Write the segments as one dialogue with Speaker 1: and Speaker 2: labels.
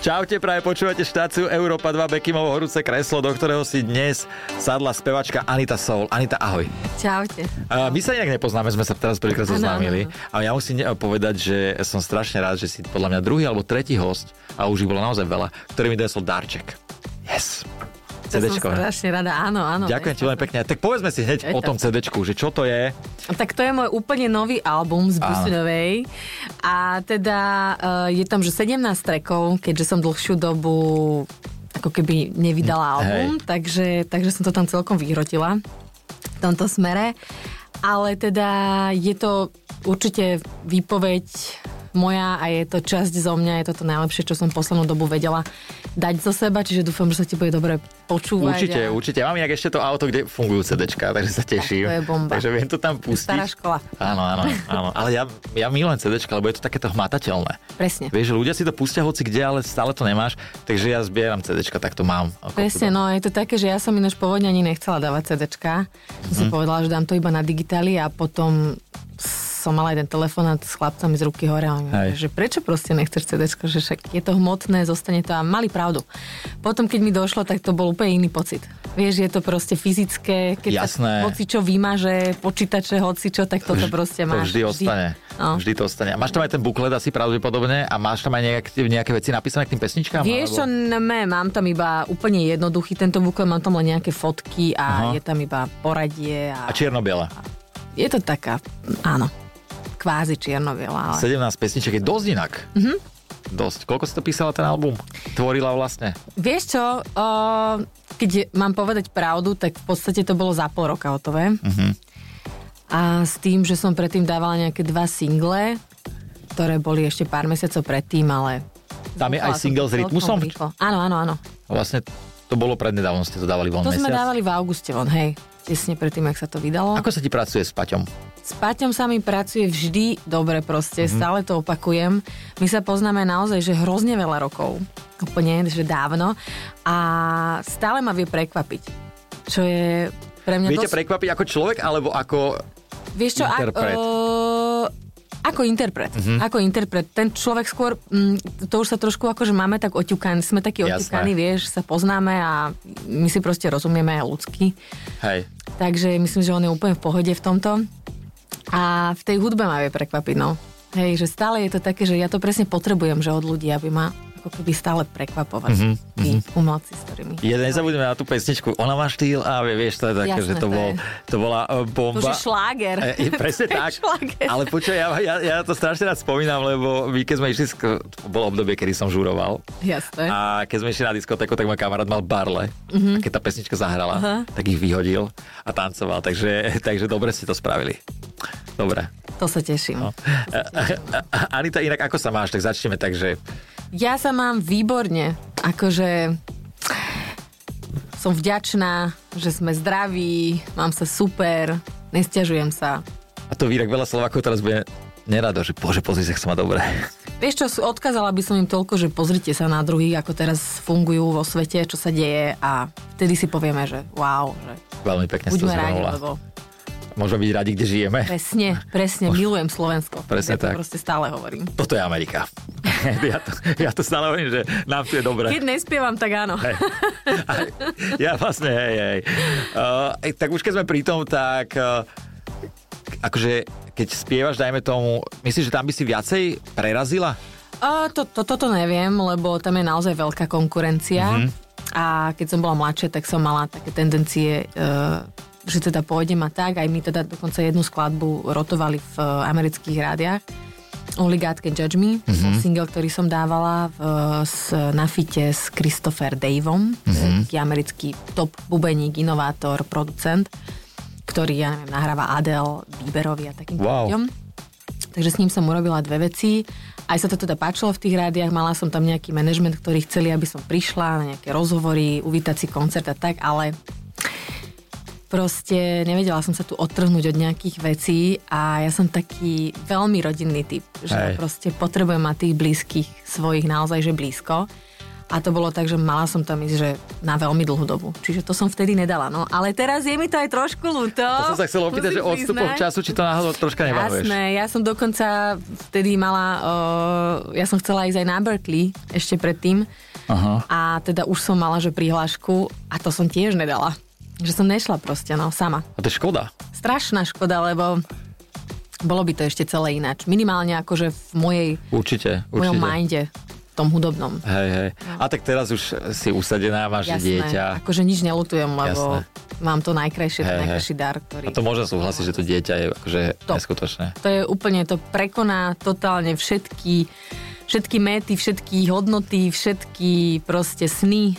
Speaker 1: Čaute, práve počúvate štáciu Európa 2 Bekimovo horúce kreslo, do ktorého si dnes sadla spevačka Anita Soul. Anita, ahoj.
Speaker 2: Čaute.
Speaker 1: Uh, my sa nejak nepoznáme, sme sa teraz prvýkrát
Speaker 2: Áno,
Speaker 1: zoznámili.
Speaker 2: áno,
Speaker 1: A ja musím ne- povedať, že som strašne rád, že si podľa mňa druhý alebo tretí host, a už ich bolo naozaj veľa, ktorý mi desol darček. Yes.
Speaker 2: To som
Speaker 1: CDčko.
Speaker 2: strašne rada, áno, áno.
Speaker 1: Ďakujem ti veľmi pekne. Tak povedzme si hneď
Speaker 2: Je
Speaker 1: o
Speaker 2: to-
Speaker 1: tom CDčku, že čo to je.
Speaker 2: Tak to je môj úplne nový album z
Speaker 1: Áno.
Speaker 2: Businovej. A teda e, je tam, že 17 trackov, keďže som dlhšiu dobu ako keby nevydala
Speaker 1: Hm,
Speaker 2: album,
Speaker 1: hej.
Speaker 2: takže, takže som to tam celkom vyhrotila v tomto smere. Ale teda je to určite výpoveď moja a je to časť zo mňa, je to to najlepšie, čo som poslednú dobu vedela dať zo seba, čiže dúfam, že sa ti bude dobre počúvať.
Speaker 1: Určite,
Speaker 2: a...
Speaker 1: určite. Mám inak ešte to auto, kde fungujú CDčka, takže sa teším.
Speaker 2: to je bomba.
Speaker 1: Takže viem to tam pustiť.
Speaker 2: Stará škola.
Speaker 1: Áno, áno, áno. Ale ja, ja milujem CDčka, lebo je to takéto hmatateľné.
Speaker 2: Presne.
Speaker 1: Vieš, že ľudia si to pustia hoci kde, ale stále to nemáš, takže ja zbieram CDčka, tak to mám. Ako
Speaker 2: Presne, no je to také, že ja som ináč pôvodne ani nechcela dávať CDčka. Mm-hmm.
Speaker 1: Mhm.
Speaker 2: Som si povedala, že dám to iba na digitáli a potom som mala jeden telefonát s chlapcami z ruky hore. a Oni,
Speaker 1: Hej.
Speaker 2: že prečo proste nechceš CDčko, že však je to hmotné, zostane to a mali pravdu. Potom, keď mi došlo, tak to bol úplne iný pocit. Vieš, je to proste fyzické, keď
Speaker 1: Jasné.
Speaker 2: sa hoci čo vymaže, počítače, hoci čo, tak toto proste
Speaker 1: To
Speaker 2: máš.
Speaker 1: vždy ostane.
Speaker 2: No.
Speaker 1: Vždy to ostane. A máš tam aj ten buklet asi pravdepodobne a máš tam aj nejaké, nejaké veci napísané k tým pesničkám?
Speaker 2: Vieš čo,
Speaker 1: alebo-
Speaker 2: ne, mám tam iba úplne jednoduchý tento buklet, mám tam len nejaké fotky a
Speaker 1: Aha.
Speaker 2: Aha. je tam iba poradie.
Speaker 1: A
Speaker 2: A...
Speaker 1: čierno-biela.
Speaker 2: Je to taká, áno, kvázi čierno ale... Mhm.
Speaker 1: 17 pesniček je dosť inak. Mm-hmm. Dosť. Koľko si to písala ten album? Tvorila vlastne?
Speaker 2: Vieš čo, o, keď mám povedať pravdu, tak v podstate to bolo za pol roka hotové.
Speaker 1: Mhm.
Speaker 2: A s tým, že som predtým dávala nejaké dva single, ktoré boli ešte pár mesiacov predtým, ale...
Speaker 1: Tam je aj
Speaker 2: Zbúchala som
Speaker 1: single
Speaker 2: to
Speaker 1: s rytmusom?
Speaker 2: celkom rýchlo. Áno, áno, áno.
Speaker 1: Vlastne to bolo prednedávno, ste to dávali von
Speaker 2: To
Speaker 1: mesiac.
Speaker 2: sme dávali v auguste von, hej. Tesne predtým, ak sa to vydalo.
Speaker 1: Ako sa ti pracuje s Paťom?
Speaker 2: S Paťom sa mi pracuje vždy dobre
Speaker 1: Mhm.
Speaker 2: proste, mm-hmm. stále to opakujem. My sa poznáme naozaj, že hrozne veľa rokov, úplne, že dávno a stále ma vie prekvapiť, čo je pre mňa
Speaker 1: Viete
Speaker 2: dosť...
Speaker 1: prekvapiť ako človek, alebo ako...
Speaker 2: Vieš čo, ak,
Speaker 1: Interpret. Mhm.
Speaker 2: eh, ako interpret. Mm-hmm. Ako interpret. Ten človek skôr, mm, to už sa trošku ako, že máme tak oťukaní, sme takí
Speaker 1: Jasné.
Speaker 2: oťukaní, vieš, sa poznáme a my si proste rozumieme aj ľudsky.
Speaker 1: Hej.
Speaker 2: Takže myslím, že on je úplne v pohode v tomto. A v tej hudbe ma vie prekvapiť, no. Hej, že stále je to také, že ja to presne potrebujem, že od ľudí, aby ma ako keby stále prekvapovať
Speaker 1: Mhm,
Speaker 2: mm-hmm, tí mm-hmm. umelci, s ktorými...
Speaker 1: Ja nezabudneme na tú pesničku. Ona má štýl a vie- vieš, to je také,
Speaker 2: Jasné,
Speaker 1: že to,
Speaker 2: to
Speaker 1: bol,
Speaker 2: je.
Speaker 1: to bola eh,
Speaker 2: To
Speaker 1: bomba.
Speaker 2: už je šláger.
Speaker 1: E, e, presne
Speaker 2: To je
Speaker 1: tak.
Speaker 2: šláger.
Speaker 1: Ale počuj, ja, ja, ja to strašne rád spomínam, lebo my keď sme išli, sk- bolo obdobie, kedy som žuroval
Speaker 2: Jasné.
Speaker 1: a
Speaker 2: A...
Speaker 1: keď sme išli na diskotéku, tak môj kamarát mal barle mm-hmm. a keď tá pesnička zahrala,
Speaker 2: Mhm. Aha.
Speaker 1: tak ich vyhodil a tancoval, takže, takže dobre ste to spravili. Dobre.
Speaker 2: To sa teším.
Speaker 1: No. eh, Anita, inak ako sa máš, tak začneme tak, že
Speaker 2: Ja sa mám výborne. Akože som vďačná, že sme zdraví, mám sa super, nesťažujem sa.
Speaker 1: a to výrak veľa Slovákov teraz bude nerado, že bože, pozri sa, ak sa má dobre.
Speaker 2: Vieš čo, sú- odkázala by som im toľko, že pozrite sa na druhých, ako teraz fungujú vo svete, čo sa deje a vtedy si povieme, že wow, že
Speaker 1: Veľmi pekne si to
Speaker 2: buďme rádi,
Speaker 1: zhrnula.
Speaker 2: lebo
Speaker 1: Môžeme byť radi, kde žijeme.
Speaker 2: presne, presne, milujem Slovensko.
Speaker 1: Presne
Speaker 2: ja to
Speaker 1: tak.
Speaker 2: proste stále hovorím.
Speaker 1: Toto je Amerika. ja, to, ja to stále hovorím, že nám tu je dobre.
Speaker 2: Keď nespievam, tak áno.
Speaker 1: Hej. Aj, ja vlastne, hej, hej. Uh, e, tak už keď sme pri tom, tak uh, akože keď spievaš, dajme tomu, myslíš, že tam by si viacej prerazila?
Speaker 2: A to, to, toto neviem, lebo tam je naozaj veľká konkurencia. Mm-hmm. A keď som bola mladšia, tak som mala také tendencie, e, že teda pôjdem a tak. Aj my teda dokonca jednu skladbu rotovali v e, amerických rádiách. Only God Can Judge Me, mm-hmm. single, ktorý som dávala v, e, s, na fite s Christopher Daveom, mm-hmm. taký americký top bubeník, inovátor, producent, ktorý, ja neviem, nahráva Adele, Bieberovi a takým
Speaker 1: Wow.
Speaker 2: ľuďom. Takže s ním som urobila dve veci. Aj sa to teda páčilo v tých rádiách, mala som tam nejaký manažment, ktorý chceli, aby som prišla na nejaké rozhovory, uvítať si koncert a tak, ale proste nevedela som sa tu odtrhnúť od nejakých vecí a ja som taký veľmi rodinný typ, že
Speaker 1: Hej.
Speaker 2: proste potrebujem mať tých blízkych svojich naozaj, že blízko. A to bolo tak, že mala som tam ísť, že na veľmi dlhú dobu. Čiže to som vtedy nedala. No ale teraz je mi to aj trošku ľúto.
Speaker 1: To som sa chcel opýtať, že
Speaker 2: Oh, musím
Speaker 1: odstupov
Speaker 2: priznať.
Speaker 1: času, či to náhodou troška nevaruješ.
Speaker 2: Jasné, ja som dokonca vtedy mala, uh, ja som chcela ísť aj na Berkeley ešte predtým
Speaker 1: Aha.
Speaker 2: a teda už som mala, že prihlášku a to som tiež nedala. Že som nešla proste, no, sama.
Speaker 1: A to je škoda.
Speaker 2: Strašná škoda, lebo bolo by to ešte celé ináč. Minimálne akože v mojej,
Speaker 1: Určite,
Speaker 2: v mojom
Speaker 1: určite.
Speaker 2: minde, v tom hudobnom.
Speaker 1: Hej, hej. A tak teraz už si usadená, máš dieťa.
Speaker 2: akože nič nelutujem, lebo mám to najkrajšie,
Speaker 1: Hej,
Speaker 2: ten
Speaker 1: hej.
Speaker 2: najkrajší dar, ktorý...
Speaker 1: A to môžem súhlasiť, že to dieťa je akože
Speaker 2: Top.
Speaker 1: neskutočné.
Speaker 2: To je úplne, to prekoná totálne všetky, všetky méty, všetky hodnoty, všetky proste sny.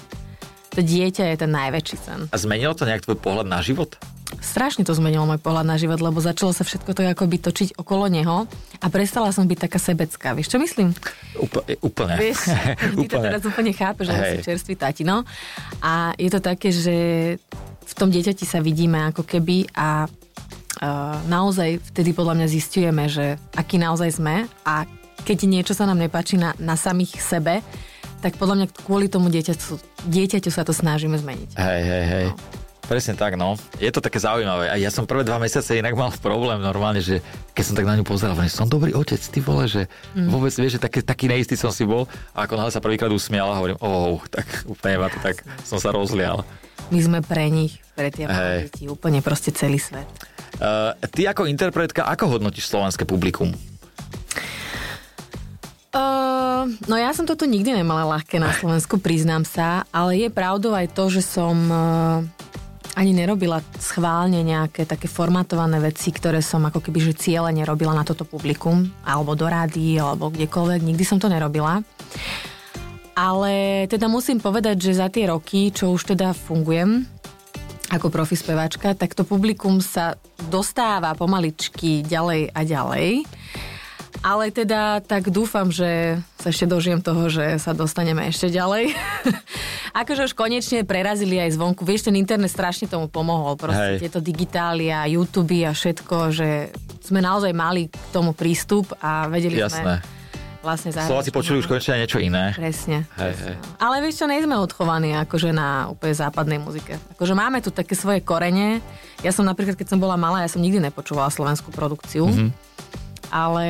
Speaker 2: To dieťa je ten najväčší sen.
Speaker 1: A zmenilo to nejak tvoj pohľad na život?
Speaker 2: Strašne to zmenilo môj pohľad na život, lebo začalo sa všetko to akoby točiť okolo neho a prestala som byť taká sebecká. Vieš, čo myslím?
Speaker 1: Úpl- e, úplne.
Speaker 2: Vieš, ty to
Speaker 1: Úplne.
Speaker 2: teraz úplne chápeš, že
Speaker 1: Hej.
Speaker 2: si čerstvý tatino. A je to také, že v tom dieťati sa vidíme ako keby a e, naozaj vtedy podľa mňa zistujeme, že aký naozaj sme a keď niečo sa nám nepáči na, na samých sebe, tak podľa mňa kvôli tomu dieťaťu, dieťaťu sa to snažíme zmeniť.
Speaker 1: Hej, hej, hej. Presne tak, no. Je to také zaujímavé. A ja som prvé dva mesiace inak mal problém normálne, že keď som tak na ňu pozeral, že som dobrý otec, ty vole, že
Speaker 2: Mhm.
Speaker 1: vôbec vieš, že taký, taký neistý som si bol. A ako náhle sa prvýkrát usmiala, hovorím, oh, tak úplne ma to tak, som sa rozlial.
Speaker 2: My sme pre nich, pre tie malé
Speaker 1: Hej.
Speaker 2: deti, úplne proste celý svet.
Speaker 1: Uh, ty ako interpretka, ako hodnotíš slovenské publikum?
Speaker 2: Uh, no ja som toto nikdy nemala ľahké na Slovensku, priznám sa, ale je pravdou aj to, že som uh, ani nerobila schválne nejaké také formatované veci, ktoré som ako keby že ciele nerobila na toto publikum, alebo do rády, alebo kdekoľvek, nikdy som to nerobila. Ale teda musím povedať, že za tie roky, čo už teda fungujem ako profi speváčka, tak to publikum sa dostáva pomaličky ďalej a ďalej. Ale teda tak dúfam, že sa ešte dožijem toho, že sa dostaneme ešte ďalej. akože už konečne prerazili aj zvonku. Vieš, ten internet strašne tomu pomohol. Proste
Speaker 1: Hej.
Speaker 2: tieto digitália, YouTube a všetko, že sme naozaj mali k tomu prístup a vedeli
Speaker 1: Jasné.
Speaker 2: sme vlastne zahrať.
Speaker 1: Slováci počuli už konečne aj niečo iné.
Speaker 2: Presne.
Speaker 1: Hej, hej.
Speaker 2: Ale vieš čo, nejsme odchovaní akože na úplne západnej muzike. Akože máme tu také svoje korene. Ja som napríklad, keď som bola malá, ja som nikdy nepočúvala slovenskú produkciu. Mm-hmm.
Speaker 1: Mhm.
Speaker 2: Ale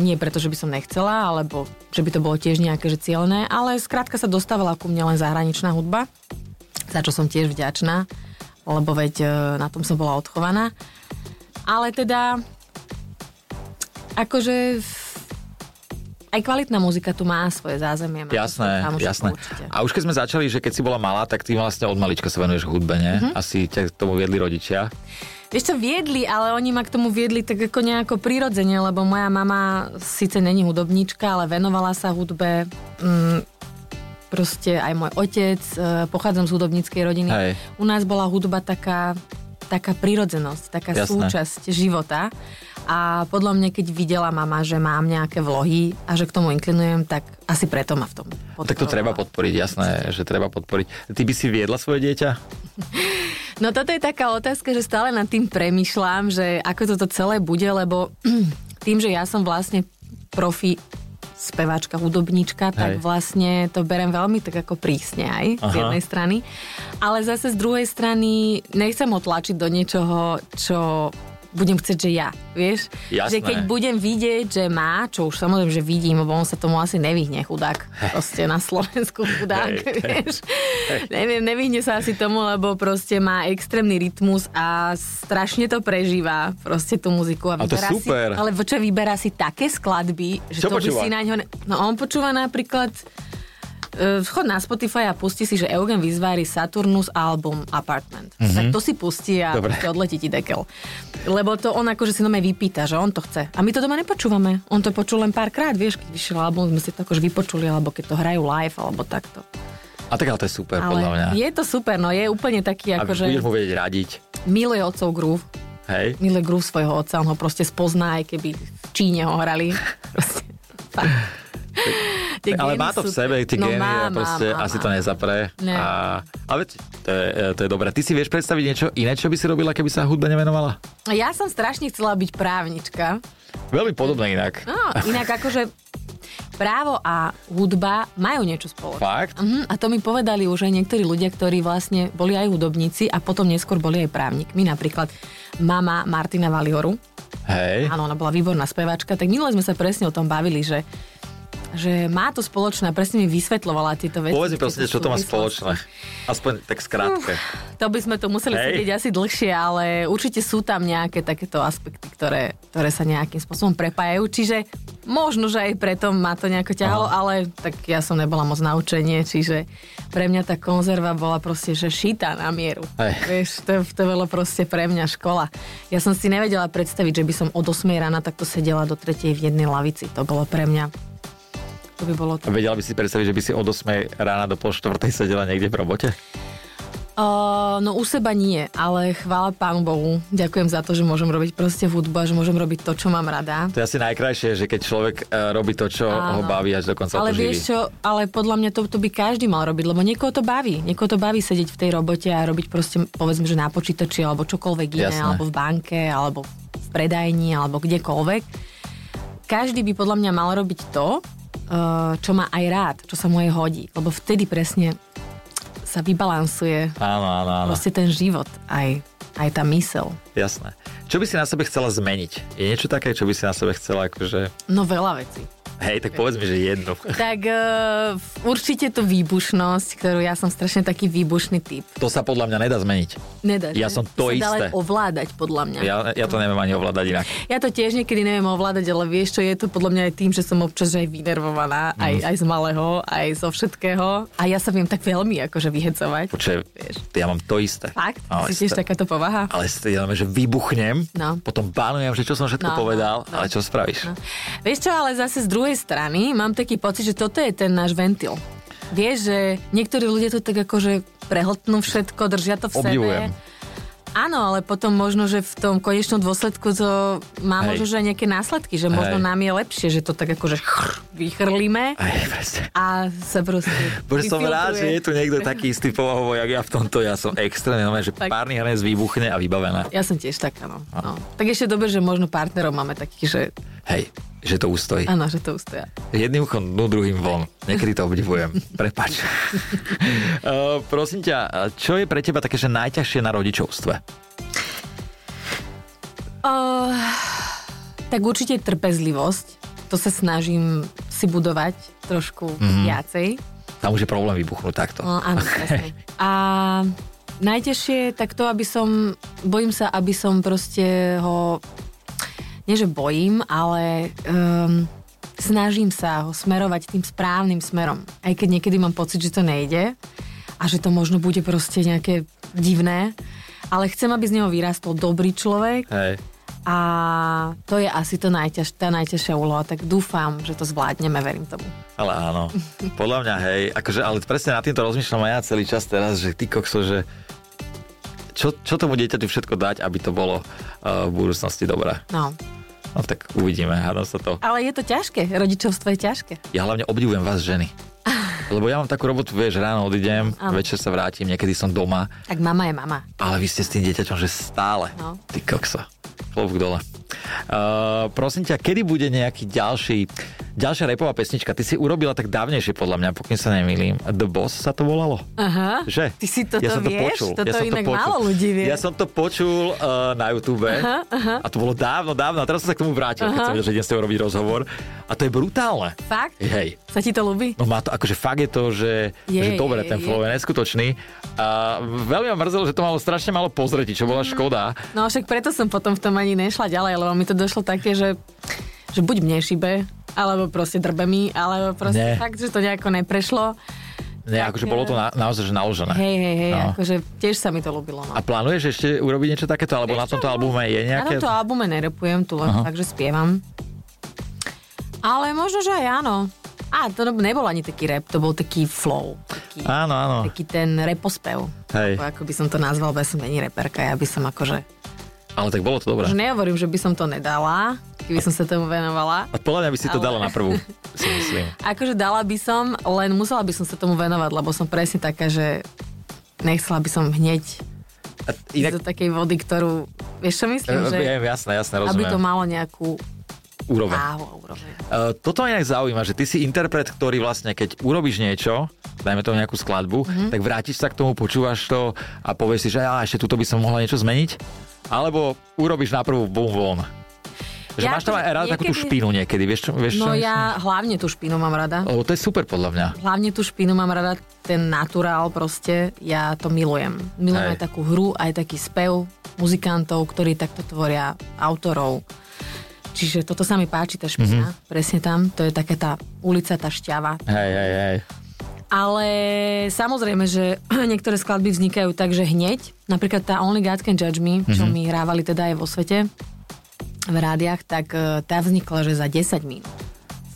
Speaker 2: nie preto, že by som nechcela, alebo že by to bolo tiež nejaké že cieľné, ale skrátka sa dostávala ku mne len zahraničná hudba, za čo som tiež vďačná, lebo veď e, na tom som bola odchovaná. Ale teda, akože aj kvalitná muzika tu má svoje zázemie. má svoje
Speaker 1: Jasné,
Speaker 2: kamošov,
Speaker 1: jasné.
Speaker 2: určite.
Speaker 1: A už keď sme začali, že keď si bola malá, tak ty vlastne od malička sa venuješ hudbe, ne?
Speaker 2: Mhm.
Speaker 1: Asi ťa k tomu viedli rodičia.
Speaker 2: Vieš čo, viedli, ale oni ma k tomu viedli tak ako nejako prirodzene, lebo moja mama síce není hudobníčka, ale venovala sa hudbe. Mm, proste aj môj otec, e, pochádzam z hudobníckej rodiny.
Speaker 1: Hej.
Speaker 2: U nás bola hudba taká, taká prirodzenosť, taká
Speaker 1: Jasné.
Speaker 2: súčasť života. A podľa mňa, keď videla mama, že mám nejaké vlohy a že k tomu inklinujem, tak asi preto ma v tom
Speaker 1: Tak to treba podporiť, jasné, že treba podporiť. Ty by si viedla svoje dieťa?
Speaker 2: No toto je taká otázka, že stále nad tým premyšľam, že ako toto celé bude, lebo tým, že ja som vlastne profi speváčka, hudobníčka,
Speaker 1: Hej.
Speaker 2: tak vlastne to berem veľmi tak ako prísne aj z
Speaker 1: Aha.
Speaker 2: jednej strany. Ale zase z druhej strany nechcem ho tlačiť do niečoho, čo budem chcieť, že ja, vieš?
Speaker 1: Jasné.
Speaker 2: Že keď budem vidieť, že má, čo už samozrejme, že vidím, lebo on sa tomu asi nevyhne, chudák. Proste na Slovensku
Speaker 1: Hej,
Speaker 2: chudák,
Speaker 1: hej.
Speaker 2: vieš. Neviem, nevyhne sa asi tomu, lebo proste má extrémny rytmus a strašne to prežíva proste tú muziku.
Speaker 1: A
Speaker 2: A
Speaker 1: to
Speaker 2: vyberá
Speaker 1: super.
Speaker 2: Si, ale čo vyberá si také skladby, že
Speaker 1: Čo
Speaker 2: to
Speaker 1: počúva?
Speaker 2: by si na ňo... Ne... No on počúva napríklad e, Vchod na Spotify a pustí si, že Eugen vyzvári Saturnus album Apartment. Mm-hmm. Tak to si pustí a
Speaker 1: Mhm. Dobre.
Speaker 2: proste odletí ti dekel. Lebo to on akože si nome vypýta, že on to chce. A my to doma nepočúvame. On to počul len párkrát, vieš, keď vyšiel album, sme si to akože vypočuli, alebo keď to hrajú live, alebo takto.
Speaker 1: A tak ale to je super,
Speaker 2: Ale
Speaker 1: podľa mňa.
Speaker 2: je to super, no je úplne taký,
Speaker 1: A
Speaker 2: akože
Speaker 1: budeš mu vedieť radiť,
Speaker 2: miluje otcov groove,
Speaker 1: hej?
Speaker 2: miluje groove svojho otca, on ho proste spozná, aj keby v Číne ho hrali. Proste, fakt. Tie
Speaker 1: Ale
Speaker 2: gény
Speaker 1: má to v
Speaker 2: sú-
Speaker 1: sebe, tie
Speaker 2: no,
Speaker 1: gény
Speaker 2: má,
Speaker 1: a proste
Speaker 2: má, má,
Speaker 1: asi
Speaker 2: má.
Speaker 1: to nezapre.
Speaker 2: Ne.
Speaker 1: A, ale veď, to je, e, to je dobré. Ty si vieš predstaviť niečo iné, čo by si robila, keby sa hudba nevenovala?
Speaker 2: Ja som strašne chcela byť právnička.
Speaker 1: Veľmi podobné inak.
Speaker 2: No, inak akože právo a hudba majú niečo spoločné.
Speaker 1: Fakt?
Speaker 2: Mhm, a to mi povedali už aj niektorí ľudia, ktorí vlastne boli aj hudobníci a potom neskôr boli aj právnikmi. Napríklad mama Martina Valihoru,
Speaker 1: Hej.
Speaker 2: áno, ona bola výborná spevačka, tak minule sme sa presne o tom bavili, že že má to spoločné a presne mi vysvetľovala tieto veci.
Speaker 1: Povedz mi
Speaker 2: tieto
Speaker 1: prosím, ťa, čo to má
Speaker 2: súvislosti.
Speaker 1: spoločné. Aspoň tak skrátke.
Speaker 2: To by sme tu museli
Speaker 1: Hej.
Speaker 2: sedieť asi dlhšie, ale určite sú tam nejaké takéto aspekty, ktoré, ktoré sa nejakým spôsobom prepájajú. Čiže možno, že aj preto ma to nejako ťahalo, ale tak ja som nebola moc na učenie, čiže pre mňa tá konzerva bola proste, že šita na mieru.
Speaker 1: Hej.
Speaker 2: Vieš, to, to bolo proste pre mňa škola. Ja som si nevedela predstaviť, že by som od 8 rána takto sedela do 3 v jednej lavici. To bolo pre mňa... To by bolo to.
Speaker 1: Vedela by si predstaviť, že by si od 8 rána do pol štvrtej sedela niekde v robote?
Speaker 2: Uh, no u seba nie, ale chvála Pánu Bohu. Ďakujem za to, že môžem robiť proste hudba, že môžem robiť to, čo mám rada.
Speaker 1: To je asi najkrajšie, že keď človek e, robí to, čo ho
Speaker 2: Áno.
Speaker 1: baví až dokonca
Speaker 2: ale
Speaker 1: to živí.
Speaker 2: vieš čo, ale podľa mňa to, to by každý mal robiť, lebo niekoho to baví. Niekoho to baví sedieť v tej robote a robiť proste, povedzme, že na počítači alebo čokoľvek iné,
Speaker 1: Jasné.
Speaker 2: alebo v banke, alebo v predajni, alebo kdekoľvek. Každý by podľa mňa mal robiť to, eh, čo má aj rád, čo sa mu aj hodí, lebo vtedy presne sa vybalansuje
Speaker 1: Áno, áno, áno,
Speaker 2: proste ten život, aj, aj tá mysel.
Speaker 1: jasné. Čo by si na sebe chcela zmeniť? Je niečo také, čo by si na sebe chcela akože...
Speaker 2: No veľa vecí.
Speaker 1: Hej, tak povedz mi, že jednu.
Speaker 2: Tak uh, určite tú výbušnosť, ktorú ja som strašne taký výbušný typ.
Speaker 1: To sa podľa mňa nedá zmeniť.
Speaker 2: Nedá,
Speaker 1: Ja som
Speaker 2: že?
Speaker 1: to
Speaker 2: sa dá
Speaker 1: isté.
Speaker 2: len ovládať, podľa mňa. Ja.
Speaker 1: Ja, ja to neviem ani ovládať inak.
Speaker 2: ja to tiež niekedy neviem ovládať, ale vieš čo, je to podľa mňa aj tým, že som občas aj vynervovaná, aj,
Speaker 1: Mhm.
Speaker 2: aj z malého, aj zo všetkého. A ja sa viem tak veľmi akože vyhecovať.
Speaker 1: Počuj,
Speaker 2: Vieš.
Speaker 1: ja mám to isté.
Speaker 2: Fakt?
Speaker 1: Ale
Speaker 2: Ale si tiež
Speaker 1: ste-
Speaker 2: takáto povaha?
Speaker 1: Ale ste- ja že vybuchnem,
Speaker 2: No.
Speaker 1: potom bánujem, že čo som všetko
Speaker 2: No, no,
Speaker 1: povedal,
Speaker 2: no.
Speaker 1: ale čo spravíš?
Speaker 2: No. Vieš čo, ale zase z druhej strany mám taký pocit, že toto je ten náš ventil. Vieš, že niektorí ľudia to tak akože prehltnú všetko, držia to v
Speaker 1: Obdivujem.
Speaker 2: sebe. Áno, ale potom možno, že v tom konečnom dôsledku to má
Speaker 1: Hej.
Speaker 2: možno, že aj nejaké následky, že možno
Speaker 1: Hej.
Speaker 2: nám je lepšie, že to tak akože chr- vychrlíme
Speaker 1: Aj, presne.
Speaker 2: a sa proste
Speaker 1: Bože, som rád, že je
Speaker 2: vyfiltruje.
Speaker 1: tu niekto taký istý povahovo, jak ja v tomto. Ja som extrémne, normálne, že
Speaker 2: Tak.
Speaker 1: párny hranec vybuchne a vybavená.
Speaker 2: Ja som tiež taká, no. no. Tak ešte dobre, že možno partnerov máme takých, že
Speaker 1: Hej, že to ustojí.
Speaker 2: áno, že to ustoja.
Speaker 1: Jedným uchom dnu, druhým von. Niekedy to obdivujem. Prepač. uh, prosím ťa, čo je pre teba také, že najťažšie na rodičovstve?
Speaker 2: Uh, tak určite trpezlivosť. To sa snažím si budovať trošku mm-hmm. viacej.
Speaker 1: Tam už je problém vybuchnúť takto.
Speaker 2: No, áno, presne. A najtežšie je tak to, aby som, bojím sa, aby som proste ho, nie že bojím, ale um, snažím sa ho smerovať tým správnym smerom. Aj keď niekedy mám pocit, že to nejde a že to možno bude proste nejaké divné, ale chcem, aby z neho vyrastol dobrý človek,
Speaker 1: Hej.
Speaker 2: a to je asi to najťaž, tá najťažšia úloha, tak dúfam, že to zvládneme, verím tomu.
Speaker 1: Ale áno, podľa mňa hej, akože, ale presne nad týmto rozmýšľam aj ja celý čas teraz, že ty kokso, že čo, čo tomu dieťaťu všetko dať, aby to bolo uh, v budúcnosti dobré.
Speaker 2: No.
Speaker 1: No tak uvidíme, hádam sa to.
Speaker 2: Ale je to ťažké, rodičovstvo je ťažké.
Speaker 1: Ja hlavne obdivujem vás ženy. Lebo ja mám takú robotu, vieš, ráno odídem,
Speaker 2: Áno.
Speaker 1: večer sa vrátim, niekedy som doma,
Speaker 2: Tak mama je mama.
Speaker 1: ale vy ste s tým dieťaťom, že stále.
Speaker 2: No.
Speaker 1: Ty kokso, klobúk dole. Uh, prosím ťa, kedy bude nejaký ďalší, ďalšia repová pesnička? Ty si urobila tak dávnejšie, podľa mňa, pokým sa nemýlim. The Boss sa to volalo?
Speaker 2: Aha.
Speaker 1: Že?
Speaker 2: Ty si toto
Speaker 1: ja som
Speaker 2: vieš?
Speaker 1: To počul.
Speaker 2: Toto
Speaker 1: ja som
Speaker 2: inak
Speaker 1: to počul.
Speaker 2: málo ľudí vie.
Speaker 1: Ja som to počul uh, na YouTube aha, aha. a to bolo dávno, dávno a teraz som sa k tomu vrátil, aha. keď som vedel, že idem s tebou robiť rozhovor. A to je brutálne.
Speaker 2: Fakt?
Speaker 1: Hej.
Speaker 2: Sa ti to ľúbi?
Speaker 1: No má to, akože fakt je to, že,
Speaker 2: Je,
Speaker 1: že dobre,
Speaker 2: je,
Speaker 1: ten
Speaker 2: je.
Speaker 1: flow je neskutočný. A veľmi ma mrzelo, že to malo strašne malo pozretí, čo bola škoda.
Speaker 2: No však preto som potom v tom ani nešla ďalej, lebo mi to došlo také, že, že buď mne šibe, alebo proste drbe mi, alebo
Speaker 1: Ne.
Speaker 2: proste fakt, že to nejako neprešlo.
Speaker 1: Ne,
Speaker 2: Tak,
Speaker 1: akože bolo to na, naozaj že naložené.
Speaker 2: Hej, hej, hej,
Speaker 1: No.
Speaker 2: no. akože tiež sa mi to ľúbilo. No.
Speaker 1: A plánuješ ešte urobiť niečo takéto, alebo na tomto albume je
Speaker 2: Na
Speaker 1: nejaké?
Speaker 2: tomto albume nerepujem tu, len takže spievam. Ale možno, že aj áno. A to nebol ani taký rap, to bol taký flow. Taký,
Speaker 1: Áno, áno.
Speaker 2: taký ten repospev.
Speaker 1: Hej.
Speaker 2: Alebo Ako by som to nazval, bo ja som není reperka, ja by som akože...
Speaker 1: Ale tak bolo to dobré.
Speaker 2: Že nehovorím, že by som to nedala, keby som sa tomu venovala.
Speaker 1: A podľa mňa by si to
Speaker 2: Ale-
Speaker 1: dala na prvú, si myslím.
Speaker 2: Akože dala by som, len musela by som sa tomu venovať, lebo som presne taká, že nechcela by som hneď
Speaker 1: A
Speaker 2: Inak...
Speaker 1: inak,
Speaker 2: do takej vody, ktorú... Vieš, čo myslím?
Speaker 1: e,
Speaker 2: Že...
Speaker 1: viem, jasné, jasné,
Speaker 2: aby
Speaker 1: rozumiem.
Speaker 2: to malo nejakú
Speaker 1: úroveň.
Speaker 2: Áno, úroveň.
Speaker 1: Uh, toto ma inak zaujíma, že ty si interpret, ktorý vlastne, keď urobíš niečo, dajme tomu nejakú skladbu,
Speaker 2: Mhm.
Speaker 1: mm-hmm. tak vrátiš sa k tomu, počúvaš to a povieš si, že ja ešte tuto by som mohla niečo zmeniť, alebo urobíš na prvú bum von. Že
Speaker 2: Ja
Speaker 1: máš tam
Speaker 2: to
Speaker 1: aj rád takú tú
Speaker 2: niekedy-
Speaker 1: špínu niekedy, vieš čo? Vieš čo
Speaker 2: No
Speaker 1: myslím?
Speaker 2: ja hlavne tú špinu mám rada.
Speaker 1: Lebo to je super podľa mňa.
Speaker 2: Hlavne tú špinu mám rada, ten naturál proste, ja to milujem. Milujem
Speaker 1: Hej.
Speaker 2: aj. takú hru, aj taký spev muzikantov, ktorí takto tvoria autorov. Čiže toto sa mi páči, tá špina, mm-hmm. presne tam, to je taká tá ulica, tá šťava.
Speaker 1: Hej, hej, hej.
Speaker 2: Ale samozrejme, že niektoré skladby vznikajú tak, že hneď, napríklad tá Only God Can Judge Me, čo mm-hmm. mi hrávali teda aj vo svete, v rádiach, tak e, tá vznikla, že za 10 minút.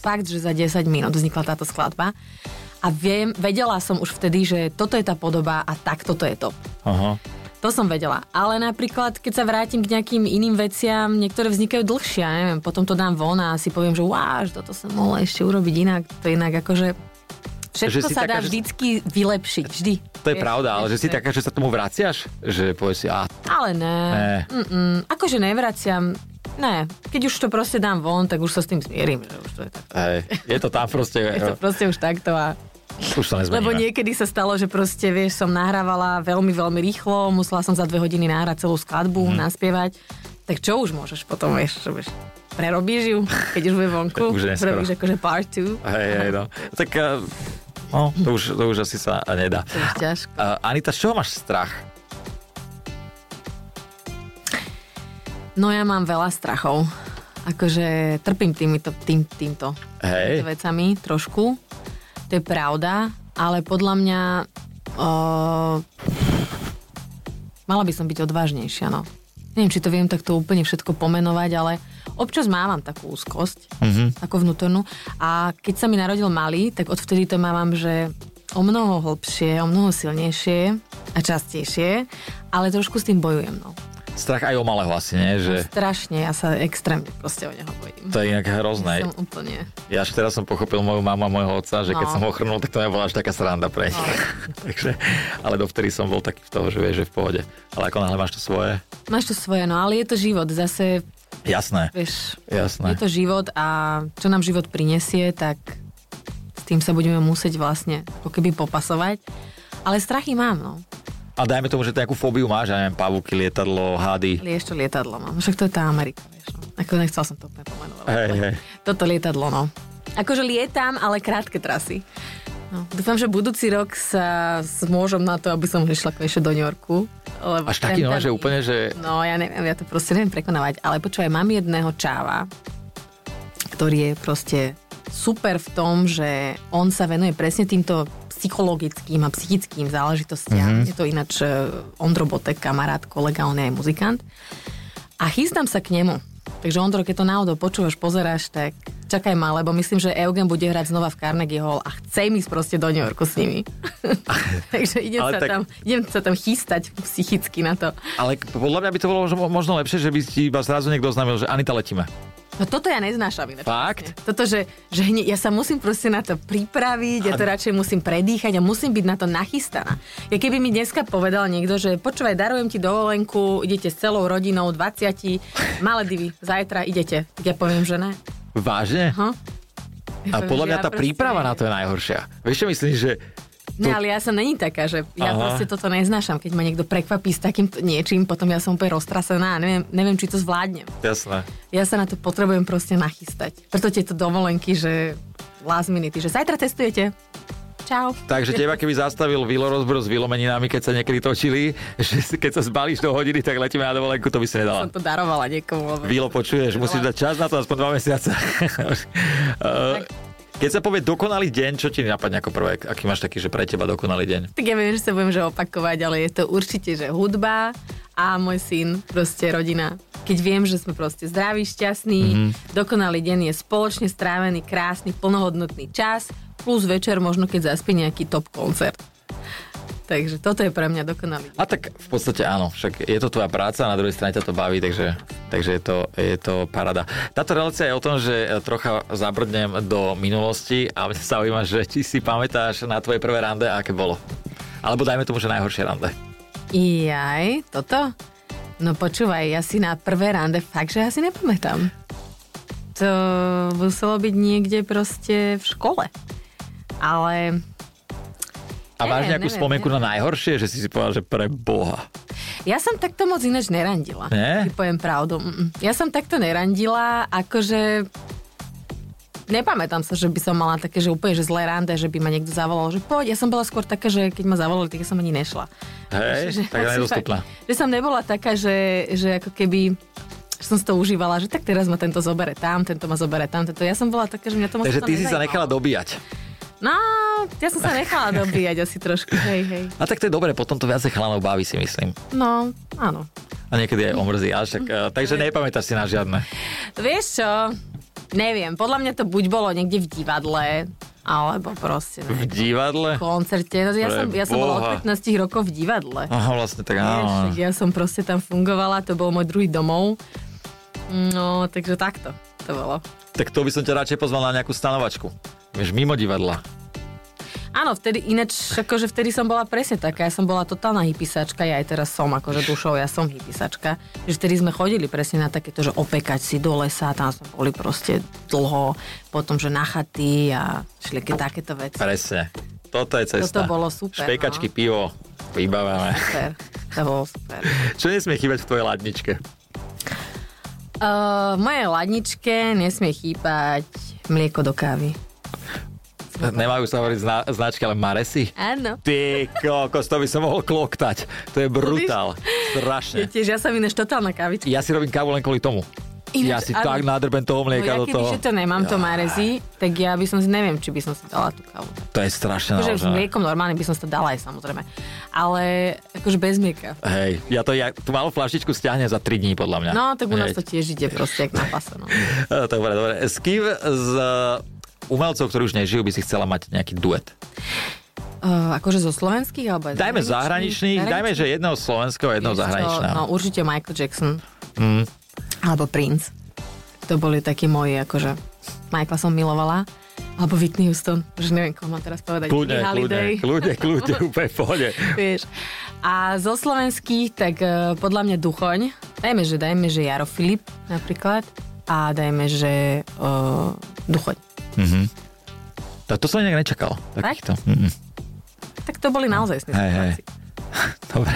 Speaker 2: Fakt, že za 10 minút vznikla táto skladba. A viem, vedela som už vtedy, že toto je tá podoba a tak toto je top.
Speaker 1: Aha.
Speaker 2: To som vedela. Ale napríklad, keď sa vrátim k nejakým iným veciam, niektoré vznikajú dlhšie, ja neviem, potom to dám von a si poviem, že wow, že toto som mohla ešte urobiť inak. To je inak akože... Všetko
Speaker 1: Že si
Speaker 2: sa
Speaker 1: taká,
Speaker 2: dá
Speaker 1: že-
Speaker 2: vždycky vylepšiť, vždy.
Speaker 1: To je pravda, ale že si taká, že sa tomu vraciaš, že povieš si, a
Speaker 2: Ale ne,
Speaker 1: Ne.
Speaker 2: Mm-mm. akože nevraciam, ne. Keď už to proste dám von, tak už sa s tým zmierim, že už to je tak.
Speaker 1: hej, je to tam proste, e,
Speaker 2: Je to proste už takto a...
Speaker 1: už to nezmeníme.
Speaker 2: Lebo niekedy sa stalo, že proste, vieš, som nahrávala veľmi, veľmi rýchlo, musela som za dve hodiny nahrať celú
Speaker 1: Mhm.
Speaker 2: skladbu, mm. naspievať. Tak čo už môžeš potom, vieš, čo vieš prerobíš ju, keď už bude vonku,
Speaker 1: Už je neskoro.
Speaker 2: robíš akože part 2.
Speaker 1: Hej, hej, no. Tak eh, no, to už, to už asi sa e, nedá.
Speaker 2: To je už ťažko.
Speaker 1: Uh, Anita, z čoho máš strach?
Speaker 2: No ja mám veľa strachov. Akože trpím týmito, tým, týmto
Speaker 1: Hej.
Speaker 2: týmito vecami trošku. To je pravda, ale podľa mňa o, mala by som byť odvážnejšia, no. Neviem, či to viem takto úplne všetko pomenovať, ale občas mávam takú úzkosť, ako vnútornú. A keď sa mi narodil malý, tak odvtedy to mávam, že o mnoho hlbšie, o mnoho silnejšie a častejšie, ale trošku s tým bojujem, no.
Speaker 1: Strach aj o malého asi, nie? Že
Speaker 2: Strašne, ja sa extrémne proste o neho
Speaker 1: Eh.
Speaker 2: bojím.
Speaker 1: to je inak hrozné.
Speaker 2: Som úplne...
Speaker 1: Ja až teraz som pochopil moju mamu a môjho otca, že keď
Speaker 2: No.
Speaker 1: som ho chrnul, tak to nebola až taká sranda pre nich. Takže, ale dovtedy som bol taký v toho, že vieš, že v pohode. Ale ako náhle máš to svoje?
Speaker 2: Máš to svoje, no ale je to život. Zase,
Speaker 1: Jasné.
Speaker 2: vieš,
Speaker 1: Jasné.
Speaker 2: je to život a čo nám život prinesie, tak s tým sa budeme musieť vlastne ako keby popasovať. Ale strachy mám, no.
Speaker 1: A dajme tomu, že nejakú fóbiu máš, ja neviem, pavúky, lietadlo, hady.
Speaker 2: Ale ešte lietadlo mám. Však to je tá Amerika, vieš. No. Ako nechcel som to úplne pomenovať.
Speaker 1: Hej, hej.
Speaker 2: Toto lietadlo, no. Akože lietam, ale krátke trasy. No, dúfam, že budúci rok sa môžem na to, aby som išla konečne do New Yorku. Lebo
Speaker 1: Až taký, no,
Speaker 2: ten tam
Speaker 1: že
Speaker 2: je.
Speaker 1: úplne, že...
Speaker 2: No, ja neviem, ja to proste neviem prekonávať, ale počúvaj, mám jedného čáva, ktorý je proste super v tom, že on sa venuje presne týmto psychologickým a psychickým
Speaker 1: Mhm.
Speaker 2: záležitostiam. Mm-hmm. Je to ináč e, Ondro Botek, kamarát, kolega, on je aj muzikant. A chystám sa k nemu. Takže Ondro, keď to náhodou počúvaš, pozeráš, tak čakaj ma, lebo myslím, že Eugen bude hrať znova v Carnegie Hall a chcem ísť proste do New Yorku s nimi. Takže idem
Speaker 1: Ale
Speaker 2: sa,
Speaker 1: tak-
Speaker 2: tam, idem sa tam chystať psychicky na to.
Speaker 1: Ale podľa mňa by to bolo možno- možno lepšie, že by ti iba zrazu niekto oznámil, že Anita letíme.
Speaker 2: No toto ja neznášam inak.
Speaker 1: Fakt?
Speaker 2: Toto, že, že hne, ja sa musím proste na to pripraviť, ja to radšej musím predýchať a musím byť na to nachystaná. Ja keby mi dneska povedal niekto, že počúvaj, darujem ti dovolenku, idete s celou rodinou, 20, malé divy, zajtra idete. Tak ja poviem, že ne.
Speaker 1: Vážne?
Speaker 2: Aha.
Speaker 1: A
Speaker 2: poviem,
Speaker 1: podľa
Speaker 2: že
Speaker 1: mňa
Speaker 2: ja
Speaker 1: tá
Speaker 2: proste
Speaker 1: príprava
Speaker 2: neviem.
Speaker 1: na to je najhoršia. Vieš čo myslím, že...
Speaker 2: Ne, ale ja som není taká, že
Speaker 1: Aha.
Speaker 2: ja Aha. proste toto neznášam, keď ma niekto prekvapí s takým niečím, potom ja som úplne roztrasená a neviem, neviem, či to zvládnem.
Speaker 1: Jasné.
Speaker 2: Ja sa na to potrebujem proste nachystať. Preto tieto dovolenky, že last minute, že zajtra cestujete. Čau.
Speaker 1: Takže teba keby zastavil Vilo rozbor s Vilomeninami, keď sa niekedy točili, že si- keď sa zbalíš do hodiny, tak letíme na dovolenku, to by si nedala.
Speaker 2: Som to darovala niekomu. Lebo...
Speaker 1: Vilo, počuješ, musíš dať čas na to aspoň dva mesiace. Eh, keď sa povie dokonalý deň, čo ti napadne ako prvé? Aký máš taký, že pre teba dokonalý deň?
Speaker 2: Tak ja viem, že sa budem že opakovať, ale je to určite, že hudba a môj syn, proste rodina. Keď viem, že sme proste zdraví,
Speaker 1: Mhm.
Speaker 2: šťastní, mm-hmm. dokonalý deň je spoločne strávený, krásny, plnohodnotný čas, plus večer možno, keď zaspí nejaký top koncert. Takže toto je pre mňa dokonalý deň.
Speaker 1: A tak v podstate áno, však je to tvoja práca, na druhej strane ťa to baví, takže, takže je, to, je to parada. Táto relácia je o tom, že e, trocha zabrdnem do minulosti a mňa zaujíma, že či si pamätáš na tvoje prvé rande, aké bolo. Alebo dajme tomu, že najhoršie rande.
Speaker 2: Jaj, toto? No počúvaj, ja si na prvé rande fakt, že ja si nepamätám. To to muselo byť niekde proste v škole. Ale
Speaker 1: A máš
Speaker 2: Neviem,
Speaker 1: nejakú
Speaker 2: neviem,
Speaker 1: spomienku na najhoršie, že si si povedal, že pre Boha.
Speaker 2: Ja som takto moc ináč nerandila.
Speaker 1: Ne?
Speaker 2: Ti poviem pravdu. Mm, mm. Ja som takto nerandila, akože... Nepamätám sa, že by som mala také, že úplne že zlé rande, že by ma niekto zavolal, že poď. Ja som bola skôr taká, že keď ma zavolali, tak ja som ani nešla.
Speaker 1: Hej,
Speaker 2: Že-
Speaker 1: tak
Speaker 2: že-
Speaker 1: nedostupná.
Speaker 2: Že som nebola taká, že, že ako keby že som si to užívala, že tak teraz ma tento zobere tam, tento ma zobere tam, tento. Ja som bola taká, že mňa to moc
Speaker 1: Takže
Speaker 2: to
Speaker 1: ty si sa
Speaker 2: nezajímalo.
Speaker 1: nechala dobíjať.
Speaker 2: No, ja som sa nechala dobíjať asi trošku, hej, hej.
Speaker 1: A tak to je dobre, potom to viacej chalanov baví, si myslím.
Speaker 2: No, áno.
Speaker 1: A niekedy aj omrzí, až tak, eh, takže
Speaker 2: Mm.
Speaker 1: nepamätáš si na žiadne.
Speaker 2: Vieš čo? Neviem, podľa mňa to buď bolo niekde v divadle, alebo proste
Speaker 1: V
Speaker 2: na
Speaker 1: divadle?
Speaker 2: koncerte. No, ja,
Speaker 1: Pre
Speaker 2: som, ja som bola od
Speaker 1: Boha.
Speaker 2: 15 rokov v divadle.
Speaker 1: Aha, vlastne tak
Speaker 2: Vieš,
Speaker 1: áno.
Speaker 2: tak ja som proste tam fungovala, to bol môj druhý domov. No, takže takto to bolo.
Speaker 1: Tak to by som ťa radšej pozval na nejakú stanovačku. Vieš, mimo divadla.
Speaker 2: Áno, vtedy ináč, akože vtedy som bola presne taká, ja som bola totálna hypisačka, ja aj teraz som, akože dušou, ja som hypisačka. Že vtedy sme chodili presne na takéto, že opekať si do lesa, tam sme boli proste dlho, potom, že na chaty a všelijaké takéto veci.
Speaker 1: Presne. Toto je cesta.
Speaker 2: Toto bolo super, no.
Speaker 1: Špekačky, pivo, vybavené.
Speaker 2: Super, to bolo super.
Speaker 1: Čo nesmie chýbať v tvojej ladničke?
Speaker 2: Uh, v mojej ladničke nesmie chýbať mlieko do kávy.
Speaker 1: Nemajú sa hovoriť zna- značky, ale Maresy.
Speaker 2: Áno.
Speaker 1: Ty kokos, to by som mohol kloktať. To je brutál. Strašne.
Speaker 2: Tiež ja som ináč totálna kávička.
Speaker 1: Ja si robím kávu len kvôli tomu. ja si
Speaker 2: Ináč, áno.
Speaker 1: tak nádrbem toho
Speaker 2: No
Speaker 1: mlieka
Speaker 2: ja
Speaker 1: do toho.
Speaker 2: keby, že to nemám, to marezi, tak ja by som si, neviem, či by som si dala tú kávu.
Speaker 1: To je strašné.
Speaker 2: Akože s
Speaker 1: naozaj.
Speaker 2: mliekom normálne by som si to dala aj samozrejme. Ale akože bez mlieka.
Speaker 1: Hej, ja to, ja tú malú flaštičku stiahnem za 3 dní, podľa mňa.
Speaker 2: No, tak u nás
Speaker 1: Hej.
Speaker 2: to tiež ide proste, jak na pase. No.
Speaker 1: E, Dobre, dobre. S kým z e, umelcov, ktorí už nežijú, by si chcela mať nejaký duet?
Speaker 2: Uh, akože zo slovenských? Alebo aj
Speaker 1: Dajme zahraničných, dajme, že jedného slovenského, jedného
Speaker 2: Vieš čo,
Speaker 1: zahraničného. Mm.
Speaker 2: No určite Michael Jackson. Alebo Prince. To boli takí moji, akože Michaela som milovala. Alebo Whitney Houston, že neviem, koho mám teraz povedať.
Speaker 1: Kľudne,
Speaker 2: Billie
Speaker 1: kľudne,
Speaker 2: Holiday.
Speaker 1: kľudne, kľudne, úplne v pohode.
Speaker 2: Vieš. A zo slovenských, tak eh, podľa mňa Duchoň. Dajme, že dajme, že Jaro Filip napríklad. A dajme, že uh, Duchoň.
Speaker 1: To, to som inak nečakal. Takýchto. Mm, mm.
Speaker 2: Tak to boli naozaj sny.
Speaker 1: Hej, hej. Dobre.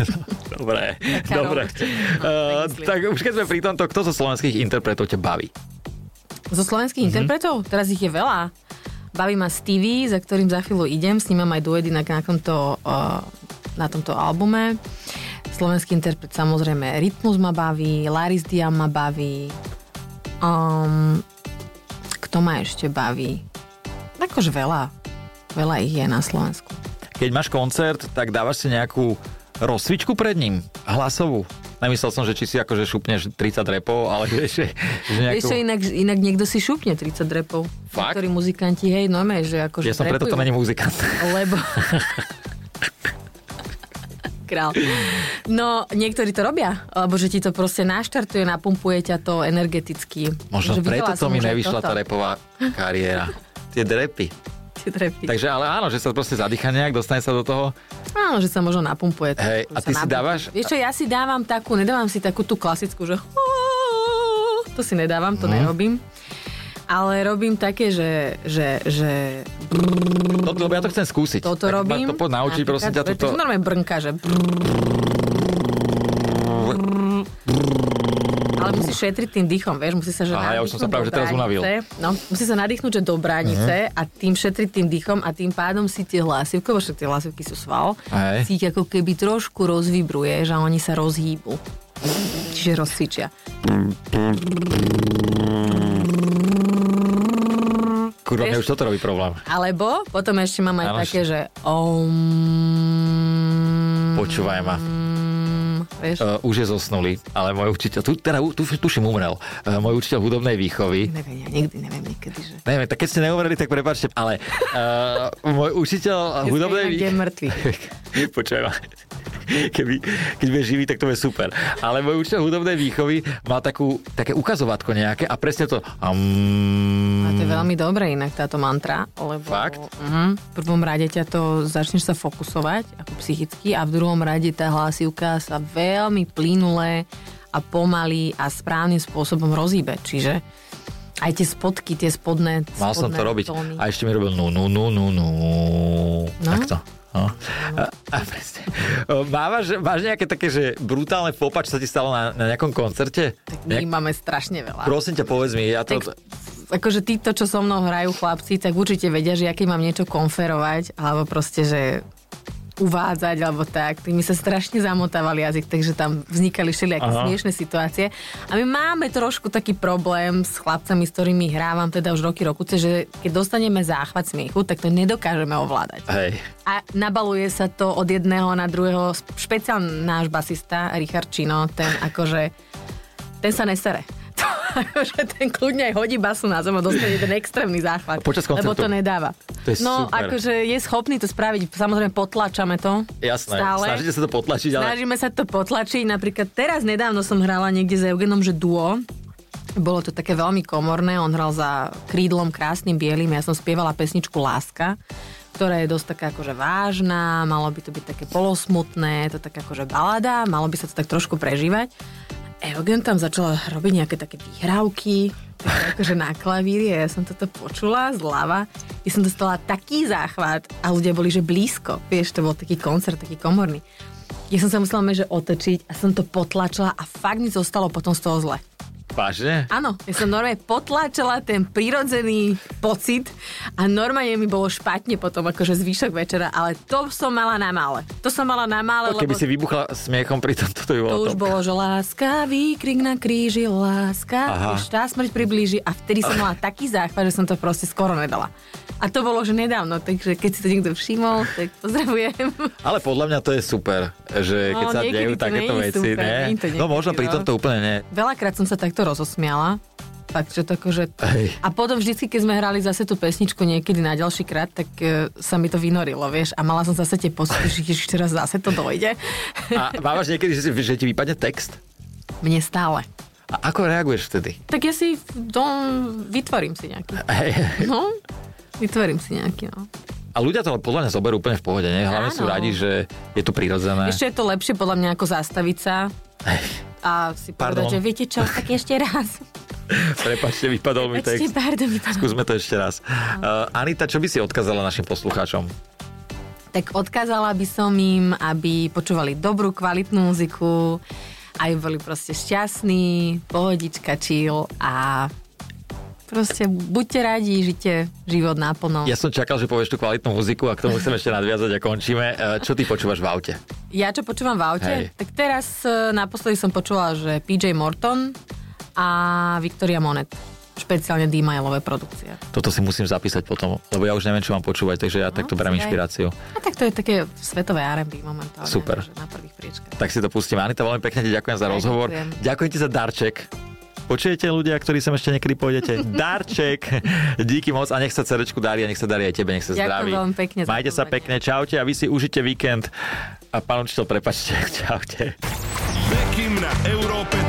Speaker 1: Dobre.
Speaker 2: Taká
Speaker 1: Dobre.
Speaker 2: rovnosť. No,
Speaker 1: Uh,
Speaker 2: tak myslím.
Speaker 1: tak už keď sme pri tomto, kto zo slovenských interpretov ťa baví?
Speaker 2: Zo slovenských
Speaker 1: Mhm.
Speaker 2: mm-hmm. interpretov? Teraz ich je veľa. Baví ma Stevie, za ktorým za chvíľu idem. S ním mám aj duet inak na tomto, eh, na tomto albume. Slovenský interpret samozrejme Rytmus ma baví, Laris Diam ma baví. Um, kto ma ešte baví? Akože veľa. Veľa ich je na Slovensku.
Speaker 1: Keď máš koncert, tak dávaš si nejakú rozcvičku pred ním, hlasovú. Nemyslel som, že či si akože šupneš 30 repov, ale že, že, že
Speaker 2: Vieš čo,
Speaker 1: nejakú...
Speaker 2: inak, inak niekto si šupne 30 repov.
Speaker 1: Fakt?
Speaker 2: Niektorí muzikanti, hej, no že akože
Speaker 1: Ja som preto to
Speaker 2: repujú.
Speaker 1: není muzikant.
Speaker 2: lebo... Král. No, niektorí to robia, lebo že ti to proste naštartuje, napumpuje ťa to energeticky.
Speaker 1: Možno
Speaker 2: Takže videla
Speaker 1: preto to
Speaker 2: som
Speaker 1: mi
Speaker 2: už aj
Speaker 1: nevyšla
Speaker 2: toto.
Speaker 1: tá repová kariéra. Tie drepy.
Speaker 2: Tie trepy.
Speaker 1: Takže ale áno, že sa proste zadýcha nejak, dostane sa do toho.
Speaker 2: Áno, že sa možno napumpuje. to,
Speaker 1: Hej,
Speaker 2: že
Speaker 1: a
Speaker 2: sa
Speaker 1: ty si
Speaker 2: napumpuje.
Speaker 1: dávaš-
Speaker 2: Vieš čo, ja si dávam takú, nedávam si takú tú klasickú, že to si nedávam,
Speaker 1: Mhm.
Speaker 2: to nerobím. Ale robím také, že, že, že
Speaker 1: To, No, lebo ja to chcem skúsiť. Tak
Speaker 2: toto
Speaker 1: ma
Speaker 2: robím.
Speaker 1: To poď naučiť,
Speaker 2: Napríklad,
Speaker 1: prosím ťa,
Speaker 2: to
Speaker 1: toto.
Speaker 2: sú normálne brnka, že Ale musíš šetriť tým dýchom, vieš, musí sa že
Speaker 1: Aha, ja už som sa
Speaker 2: nadýchnuť
Speaker 1: práve,
Speaker 2: do
Speaker 1: že teraz Mhm.
Speaker 2: bránice. No, musí sa nadýchnuť, že do bránice a tým šetriť tým dýchom a tým pádom si tie hlasivky, lebo však tie hlasivky sú sval,
Speaker 1: Hej.
Speaker 2: si ich ako keby trošku rozvibruje, že oni sa rozhýbu. Čiže rozcvičia.
Speaker 1: Kurva, mne
Speaker 2: vieš-
Speaker 1: už toto robí problém.
Speaker 2: Alebo potom ešte mám aj
Speaker 1: Áno,
Speaker 2: také, že om...
Speaker 1: Počúvaj ma.
Speaker 2: Vieš?
Speaker 1: Uh, už je zosnulý, ale môj učiteľ, tu, teda tu, tuším umrel, uh, môj učiteľ hudobnej výchovy,
Speaker 2: Neviem, ja nikdy neviem niekedy, že...
Speaker 1: Neviem, tak keď ste neumreli, tak prepáčte, ale uh, môj učiteľ hudobnej
Speaker 2: Kde je
Speaker 1: výchovy...
Speaker 2: mŕtvy.
Speaker 1: Počujem, keby, keď bude živý, tak to je super. Ale môj učiteľ hudobnej výchovy má takú, také ukazovatko nejaké a presne to... Um,
Speaker 2: A to je veľmi dobré inak táto mantra, lebo
Speaker 1: Fakt?
Speaker 2: Mhm. v prvom rade ťa to začneš sa fokusovať ako psychicky a v druhom rade tá hlasivka sa veľmi plynule a pomaly a správnym spôsobom rozíbe. Čiže Aj tie spodky, tie spodné
Speaker 1: Mal som
Speaker 2: spodné
Speaker 1: to robiť.
Speaker 2: tóny.
Speaker 1: A ešte mi robil nu, nu, nu, nu, nu.
Speaker 2: No.
Speaker 1: Takto. No. A, a presne. O, Mávaš, máš nejaké také, že brutálne fopa, čo sa ti stalo na, na nejakom koncerte?
Speaker 2: Tak my
Speaker 1: Nejak,
Speaker 2: máme strašne veľa.
Speaker 1: prosím ťa, povedz mi. Ja to,
Speaker 2: Tak, akože títo, čo so mnou hrajú chlapci, tak určite vedia, že ja keď mám niečo konferovať, alebo proste, že uvádzať, alebo tak. Ty mi sa strašne zamotával jazyk, takže tam vznikali všelijaké
Speaker 1: Aha.
Speaker 2: smiešne situácie. A my máme trošku taký problém s chlapcami, s ktorými hrávam teda už roky rokuce, že keď dostaneme záchvat smiechu, tak to nedokážeme ovládať.
Speaker 1: hej.
Speaker 2: A nabaluje sa to od jedného na druhého. Špeciálne náš basista, Richard Čino, ten akože, ten sa nesere. To akože ten kľudne aj hodí basu na zem a dostane ten extrémny záchvat.
Speaker 1: A počas koncertu.
Speaker 2: Lebo to nedáva.
Speaker 1: To je
Speaker 2: no,
Speaker 1: super.
Speaker 2: akože je schopný to spraviť. Samozrejme, potlačame to.
Speaker 1: Jasné,
Speaker 2: Stále.
Speaker 1: snažíte sa to potlačiť, ale...
Speaker 2: Snažíme sa to potlačiť. Napríklad teraz nedávno som hrala niekde s Eugenom, že duo. Bolo to také veľmi komorné. On hral za krídlom krásnym bielým. Ja som spievala pesničku Láska ktorá je dosť taká akože vážna, malo by to byť také polosmutné, je to tak akože balada, malo by sa to tak trošku prežívať. Eugen tam začal robiť nejaké také výhrávky, také akože na klavíri a ja som toto počula zľava. Ja som dostala taký záchvat a ľudia boli, že blízko. Vieš, to bol taký koncert, taký komorný. Ja som sa musela že otočiť a som to potlačila a fakt mi zostalo potom z toho zle.
Speaker 1: Vážne?
Speaker 2: Áno, ja som normálne potláčala ten prirodzený pocit a normálne mi bolo špatne potom akože zvyšok večera, ale to som mala na mále. To som mala na mále,
Speaker 1: Keby
Speaker 2: lebo
Speaker 1: si vybuchla smiechom pri tom, toto by bolo
Speaker 2: to už
Speaker 1: top.
Speaker 2: bolo, že láska, výkrik na kríži, láska,
Speaker 1: Aha.
Speaker 2: už tá smrť priblíži a vtedy som mala taký záchvat, že som to proste skoro nedala. A to bolo, že nedávno, takže keď si to niekto všimol, tak pozdravujem.
Speaker 1: Ale podľa mňa to je super, že keď
Speaker 2: No,
Speaker 1: sa
Speaker 2: niekedy
Speaker 1: dejú
Speaker 2: to
Speaker 1: takéto
Speaker 2: není
Speaker 1: veci,
Speaker 2: super,
Speaker 1: ne?
Speaker 2: není to
Speaker 1: no možno
Speaker 2: niekedy,
Speaker 1: pri
Speaker 2: no.
Speaker 1: tomto úplne nie.
Speaker 2: Veľakrát som sa takto rozosmiala. Fakt, že to akože...
Speaker 1: Hej.
Speaker 2: A potom vždycky, keď sme hrali zase tú pesničku niekedy na ďalší krát, tak e, sa mi to vynorilo, vieš. A mala som zase tie pocity, že ježiš, teraz zase to dojde.
Speaker 1: A mávaš niekedy, že, si- že ti vypadne text?
Speaker 2: Mne stále.
Speaker 1: A ako reaguješ vtedy?
Speaker 2: Tak ja si dom, vytvorím si nejaký.
Speaker 1: Hej.
Speaker 2: No, vytvorím si nejaký, no.
Speaker 1: A ľudia to ale podľa mňa zoberú úplne v pohode, nie? Hlavne sú
Speaker 2: Áno.
Speaker 1: radi, že je to prirodzené.
Speaker 2: Ešte je to lepšie podľa mňa ako zastaviť sa
Speaker 1: Hej,
Speaker 2: a si
Speaker 1: Pardon.
Speaker 2: povedať, že viete čo, tak ešte raz.
Speaker 1: Prepačte, vypadol mi text.
Speaker 2: Večte, pardon, vypadlo.
Speaker 1: Skúsme to ešte raz. Uh, Anita, čo by si odkázala našim poslucháčom?
Speaker 2: tak odkázala by som im, aby počúvali dobrú, kvalitnú muziku, aj boli proste šťastní, pohodička, chill a proste buďte radi, žite život naplno.
Speaker 1: Ja som čakal, že povieš tú kvalitnú muziku a k tomu chcem ešte nadviazať a končíme. Uh, čo ty počúvaš v aute?
Speaker 2: Ja čo počúvam v
Speaker 1: Hej.
Speaker 2: aute, tak teraz e, naposledy som počula, že PJ Morton a Victoria Monet. Špeciálne D-Mailové produkcie.
Speaker 1: Toto si musím zapísať potom, lebo ja už neviem, čo mám počúvať, takže ja takto
Speaker 2: si
Speaker 1: berem
Speaker 2: daj.
Speaker 1: inšpiráciu.
Speaker 2: A tak to je také svetové R&B momentálne.
Speaker 1: Super.
Speaker 2: že Na prvých priečkach.
Speaker 1: Tak si to pustíme. Anita, veľmi pekne ti ďakujem za
Speaker 2: Ja
Speaker 1: rozhovor.
Speaker 2: ďakujem.
Speaker 1: Ďakujem ti za darček. Počujete ľudia, ktorí sem ešte niekedy pôjdete? Darček! Díky moc a nech sa cerečku darí a nech sa darí aj tebe, nech sa
Speaker 2: Ďakujem
Speaker 1: zdraví.
Speaker 2: veľmi pekne za
Speaker 1: Majte sa
Speaker 2: pozvanie.
Speaker 1: pekne, čaute a vy si užite víkend. A pán učiteľ, prepačte, čaute.
Speaker 3: Bekim na Európe